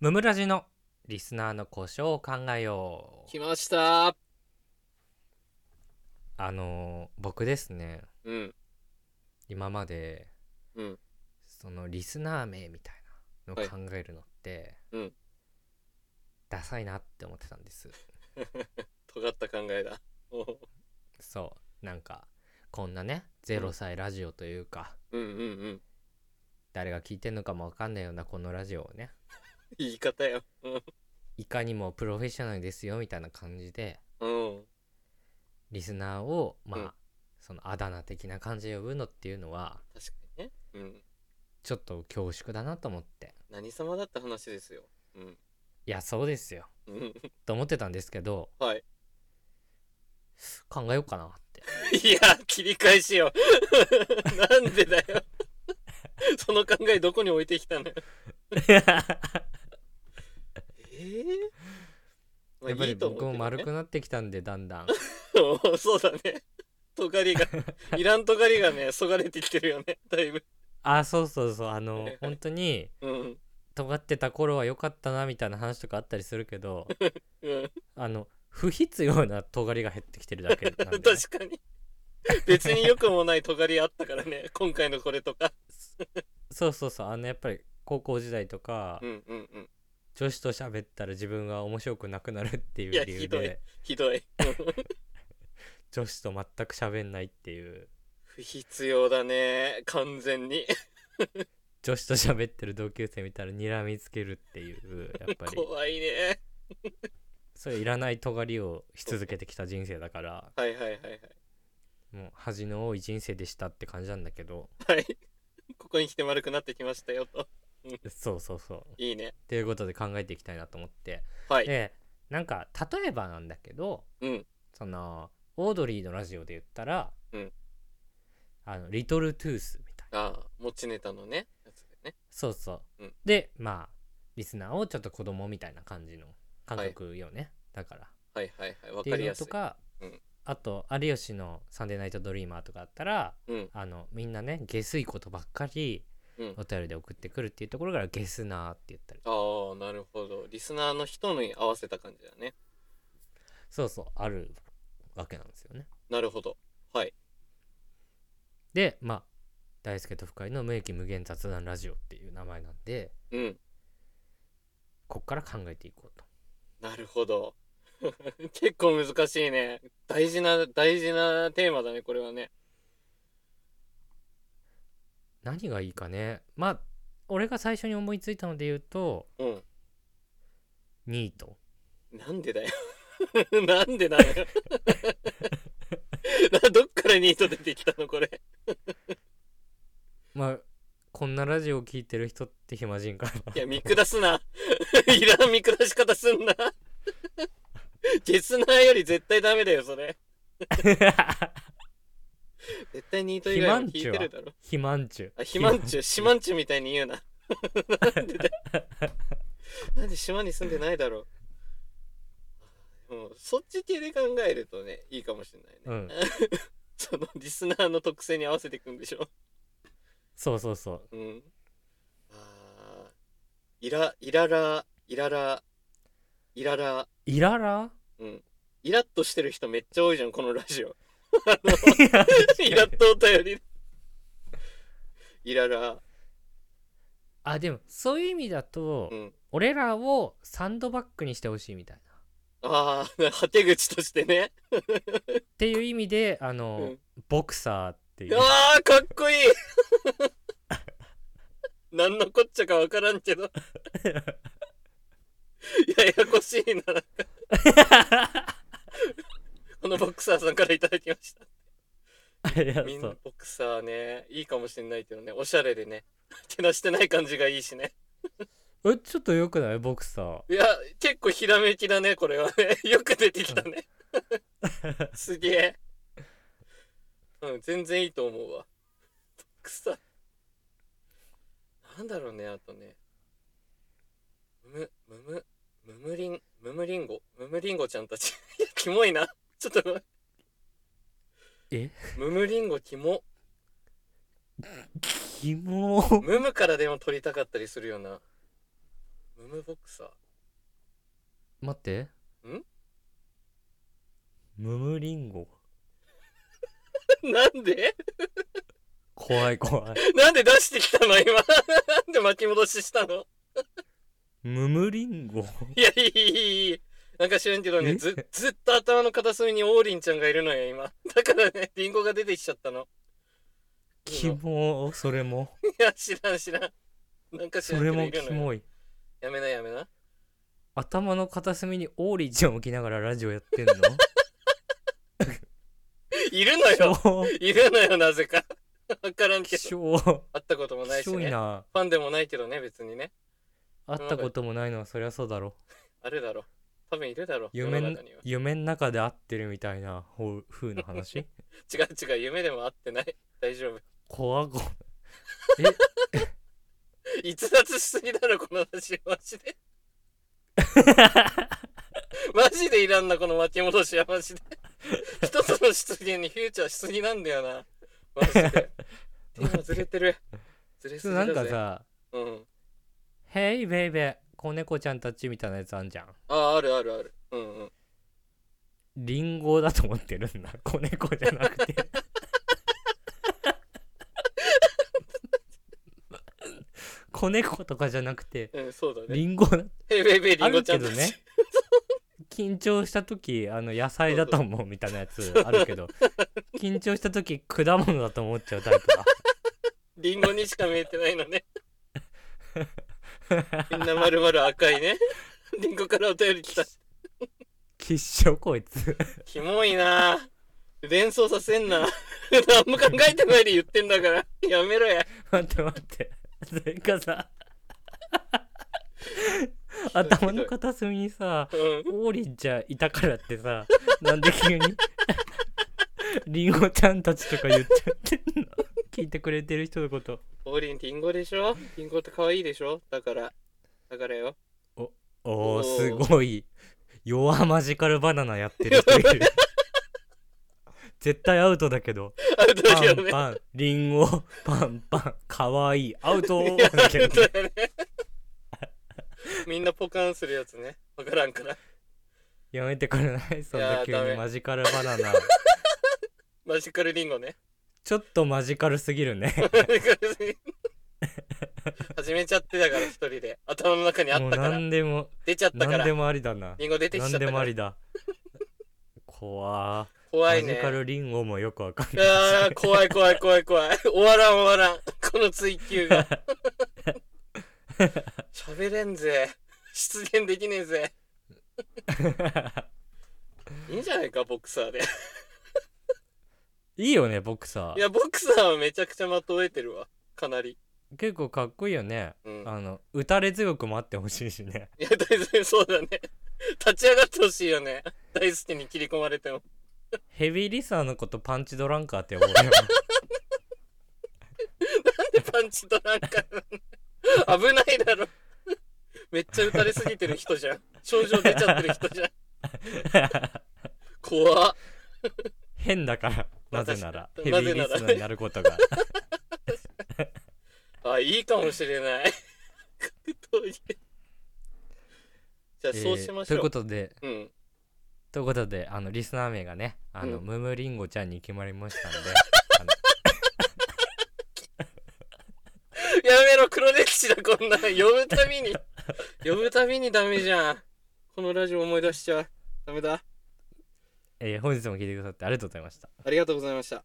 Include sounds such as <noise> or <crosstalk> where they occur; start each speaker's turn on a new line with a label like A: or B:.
A: ムムラジのリスナーの故障を考えよう
B: 来ました
A: あのー僕ですね
B: うん
A: 今まで
B: うん
A: そのリスナー名みたいなの
B: は
A: を
B: い
A: 考えるのって、
B: うん
A: ダサいなって思ってたんです
B: 尖った考えだおう
A: そうなんかこんなね0歳ラジオというか、
B: うんうんうん
A: 誰が聞いてんのかもわかんないようなこのラジオをね
B: 言い方ようん
A: いかにもプロフェッショナルですよみたいな感じで
B: うん
A: リスナーをまあ、
B: うん
A: そのあだ名的な感じで呼ぶのっていうのは
B: 確かにねうん
A: ちょっと恐縮だなと思って
B: 何様だった話ですようん
A: いやそうですよ
B: <laughs> うん
A: と思ってたんですけど
B: はい
A: 考えようかなって
B: いや切り返しよ <laughs> なんでだよその考えどこに置いてきたのよええまあ
A: やっぱ
B: い
A: り
B: いと思う
A: 僕も
B: けどね
A: 丸くなってきたんでだんだん
B: おうそうだね尖りがいらん尖りがねそがれてきてるよねだいぶ
A: あそうそうそうあの
B: <laughs> はいはい
A: 本当に
B: うん
A: 尖ってた頃は良かったなみたいな話とかあったりするけ
B: <laughs>
A: ど
B: うん
A: あの不必要な尖りが減ってきてるだけなんで、ね、
B: <laughs> 確かに別によくもない尖りあったからね <laughs> 今回のこれとか
A: そうそうそうあのやっぱり高校時代とか、
B: うんうんうん
A: 女子と喋ったら自分が面白くなくなるっていう
B: いや
A: 理由
B: ひどい
A: で
B: ひどい <laughs>
A: 女子と全く喋んないっていう
B: 不必要だね完全に
A: 女子と喋ってる同級生見たら睨みつけるっていうやっぱり
B: 怖いね
A: それいらない尖りをし続けてきた人生だから
B: はいはいはいはい
A: もう恥の多い人生でしたって感じなんだけど
B: はい <laughs> ここに来て丸くなってきましたよと
A: そうそうそう
B: いいね
A: ということで考えていきたいなと思って
B: はい
A: でなんか例えばなんだけど
B: うん
A: そのオードリーのラジオで言ったら、
B: うん
A: あのリトルトゥースみたいな。
B: ああ持ちネタのねやつでね
A: そうそう、
B: うん
A: でまあリスナーをちょっと子供みたいな感じの感覚よね、だから
B: はいはいはいわ
A: って
B: かり
A: いう
B: や
A: の
B: す
A: と
B: い
A: か、
B: うん
A: あと有吉の「サンデーナイトドリーマー」とかあったら
B: うん
A: あのみんなね下水ことばっかり
B: うん
A: お便りで送ってくるっていうところから「ゲスナー」って言ったり
B: ああなるほどリスナーの人に合わせた感じだね
A: そうそうあるわけなんですよね
B: なるほどはい
A: でまあ大輔と深井の無益無限雑談ラジオっていう名前なんで
B: うん
A: こっから考えていこうと
B: なるほど。 <laughs> 結構難しいね。大事な、大事なテーマだね、これはね。
A: 何がいいかねまあ俺が最初に思いついたので言うと
B: うん。
A: ニート
B: なんでだよ。 <laughs> なんでなのよ。 <laughs> などっからニート出てきたの、これ。
A: まあこんなラジオを聞いてる人って暇人かない
B: や、見下すな。 <laughs> いらん見下し方すんな。 <laughs> ゲスナーより絶対ダメだよ、それ。
A: <laughs>
B: 絶対ニート以外も聞いてるだろ。
A: 肥満中
B: あ、肥満中、シマンチュみたいに言うな。 <laughs> なんでだよなんで島に住んでないだろう。もうそっち系で考えるとね、いいかもしれ
A: う
B: ないね。
A: ん
B: <laughs> そのリスナーの特性に合わせていくんでしょ。
A: そうそうそう
B: うん。あーイラ、イララ、イララ、イララ、
A: イララ
B: うん。イラッとしてる人めっちゃ多いじゃん、このラジオ。イラッとお便り。イララ、
A: あでもそういう意味だと、
B: うん。
A: 俺らをサンドバッグにしてほしいみたいな
B: ああ、果て口としてね。
A: っていう意味であの、
B: うん
A: ボクサーっていう
B: ああかっこいい <laughs> 何のこっちゃかわからん
A: <laughs>
B: けどややこしいななんかこのボクサーさんからいただきまし
A: <laughs> いや
B: たみん
A: そ
B: な
A: う
B: ボクサーねいいかもしれないけどねおしゃれでねけなしてない感じがいいしね
A: えちょっとよくないボクサー
B: いや結構ひらめきだねこれはね <laughs> よく出てきたねすげえうん全然いいと思うわボクサーなんだろうねあとねむむむむむりんむむりんごむむりんごちゃんたち <laughs> いやキモいなちょっとごめん
A: え
B: むむりんごキモ
A: キモ
B: むむからでも取りたかったりするよなムムボクサー。
A: 待って
B: ん
A: ムムリンゴ
B: <laughs> なんで
A: 怖い怖い
B: <laughs> なんで出してきたの <laughs> 今。なんで巻き戻ししたの
A: ムムリンゴ
B: いや、いい、いい、いい。なんか知らんけど
A: え
B: ね、ず、ずっと頭の片隅に王林ちゃんがいるのよ、今。だからね、リンゴが出てきちゃったの。 <laughs>
A: キモそれも
B: いや、知らん、知らん。なんか知
A: そ
B: らん
A: れ
B: けどい
A: も
B: る
A: キ
B: のよ。
A: モい
B: やめな、やめな。
A: 頭の片隅にオーリーちゃん置きながらラジオやってん
B: <laughs>
A: の
B: いるの
A: き
B: よ。
A: ょう
B: いるのよ、なぜか。わからんけ
A: き
B: ど。
A: しょう
B: 会ったこともない
A: きし
B: し
A: ょい
B: ね。フ
A: な
B: ァンでもないけどね、別にね。
A: 会ったこともないのはそりゃそうだろ
B: あるだろう。多分いるだろう。世
A: 夢
B: の
A: ん
B: 中には。
A: 夢の中で会ってるみたいなほう風の話
B: 違う違う、夢でも会ってない。大丈夫。
A: 怖っ怖い
B: <laughs> 逸脱しすぎだろ、この話。マジで。マジでいらんな、この巻き戻しはマジで。一つの出現にフューチャーしすぎなんだよな。マジで。テーマずれてる。ずれすぎ
A: な
B: だ
A: ん
B: ぜ。
A: かさ
B: うん。
A: 「ヘイベイベー子猫ちゃんたち」みたいなやつあんじゃん
B: ああ、あるあるある。うんうん。
A: リンゴだと思ってるんだ <laughs> 子猫じゃなくて <laughs> 子猫とかじゃなくて
B: うん、そうだね。
A: リンゴだ
B: ヘイベイベイリ
A: あ
B: ンゴ
A: る
B: ちゃ
A: け
B: んた
A: ど
B: ち。 <laughs>
A: ね緊張した時あの野菜だと思うみたいなやつあるけど緊張した時果物だと思っちゃうタイプ
B: <laughs>
A: だ
B: リンゴにしか見えてないのね。みんな丸々赤いね。リンゴからお便り来た。
A: きっしょこいつ
B: キモいなぁ連想させんな何も考えてないで言ってんだからやめろや
A: 待って待ってなんかさ頭の片隅にさ
B: うん
A: 王林ちゃんいたからってさなんで
B: <laughs>
A: 急にリンゴちゃんたちとか言っちゃってんの聞いてくれてる人のこと
B: 王林リンゴでしょリンゴって可愛いでしょだからだからよ
A: お
B: お
A: お
B: ー
A: すごい弱マジカルバナナやってる人いる <laughs> 絶対アウトだけ
B: <laughs>
A: ど
B: アウト
A: パ
B: だよ
A: ン
B: ね
A: パンリンゴパンパンかわいいアウト
B: いやア
A: だ
B: ウ
A: けど
B: トだよねみんなポカンするやつねわからんから
A: やめてくれないそん
B: いや
A: な
B: ー
A: 急
B: ダメ
A: にマジカルバナナ
B: マジカルリンゴね
A: ちょっとマジカルすぎるね
B: マジカルリンゴ始めちゃってだから一人で頭の中にあ
A: も
B: っ
A: う
B: たから
A: 何でも
B: 出ちゃったか
A: 何
B: ら
A: でもありだな
B: リンゴ出てきちゃっ
A: 何
B: た
A: で
B: か
A: もあ
B: ら
A: りだ怖ー
B: 怖い
A: マ
B: ね
A: ジカルリンゴもよくわかんない
B: あー怖い怖い怖い怖い終わらん終わらんこの追求が喋れんぜ出現できねえぜいいんじゃないかボクサーで
A: いいよねボクサ
B: い
A: ー
B: やボクサーはめちゃくちゃまとえてるわかなり
A: 結構かっこいいよね、
B: うん
A: あの打たれ強くもあってほしいしね
B: いや大然そうだね立ち上がってほしいよね大輔に切り込まれても
A: ヘビーリスナーのことパンチドランカーって呼ぼうよ
B: <laughs> なんでパンチとなんか危ないだろめっちゃ打たれすぎてる人じゃん症状出ちゃってる人じゃん怖っ
A: 変だから
B: まあ
A: なぜならヘ
B: 確
A: ビ
B: かに
A: ーリスナーになることが
B: あ、いいかもしれない。格闘技。じゃあ、
A: えー
B: そうしま
A: <laughs>
B: し
A: という
B: ょ
A: こ
B: う。
A: とで
B: うん。
A: ということであのリスナー名がねあの、
B: うん
A: ムムリンゴちゃんに決まりま
B: <laughs>
A: したのであの
B: やめろ、黒歴史だ、こんな。呼ぶたびに。 <laughs> 呼ぶたびにダメじゃん。このラジオ思い出しちゃう。ダメだ。
A: えー本日も聞いてくださってありがとうございました
B: ありがとうございました。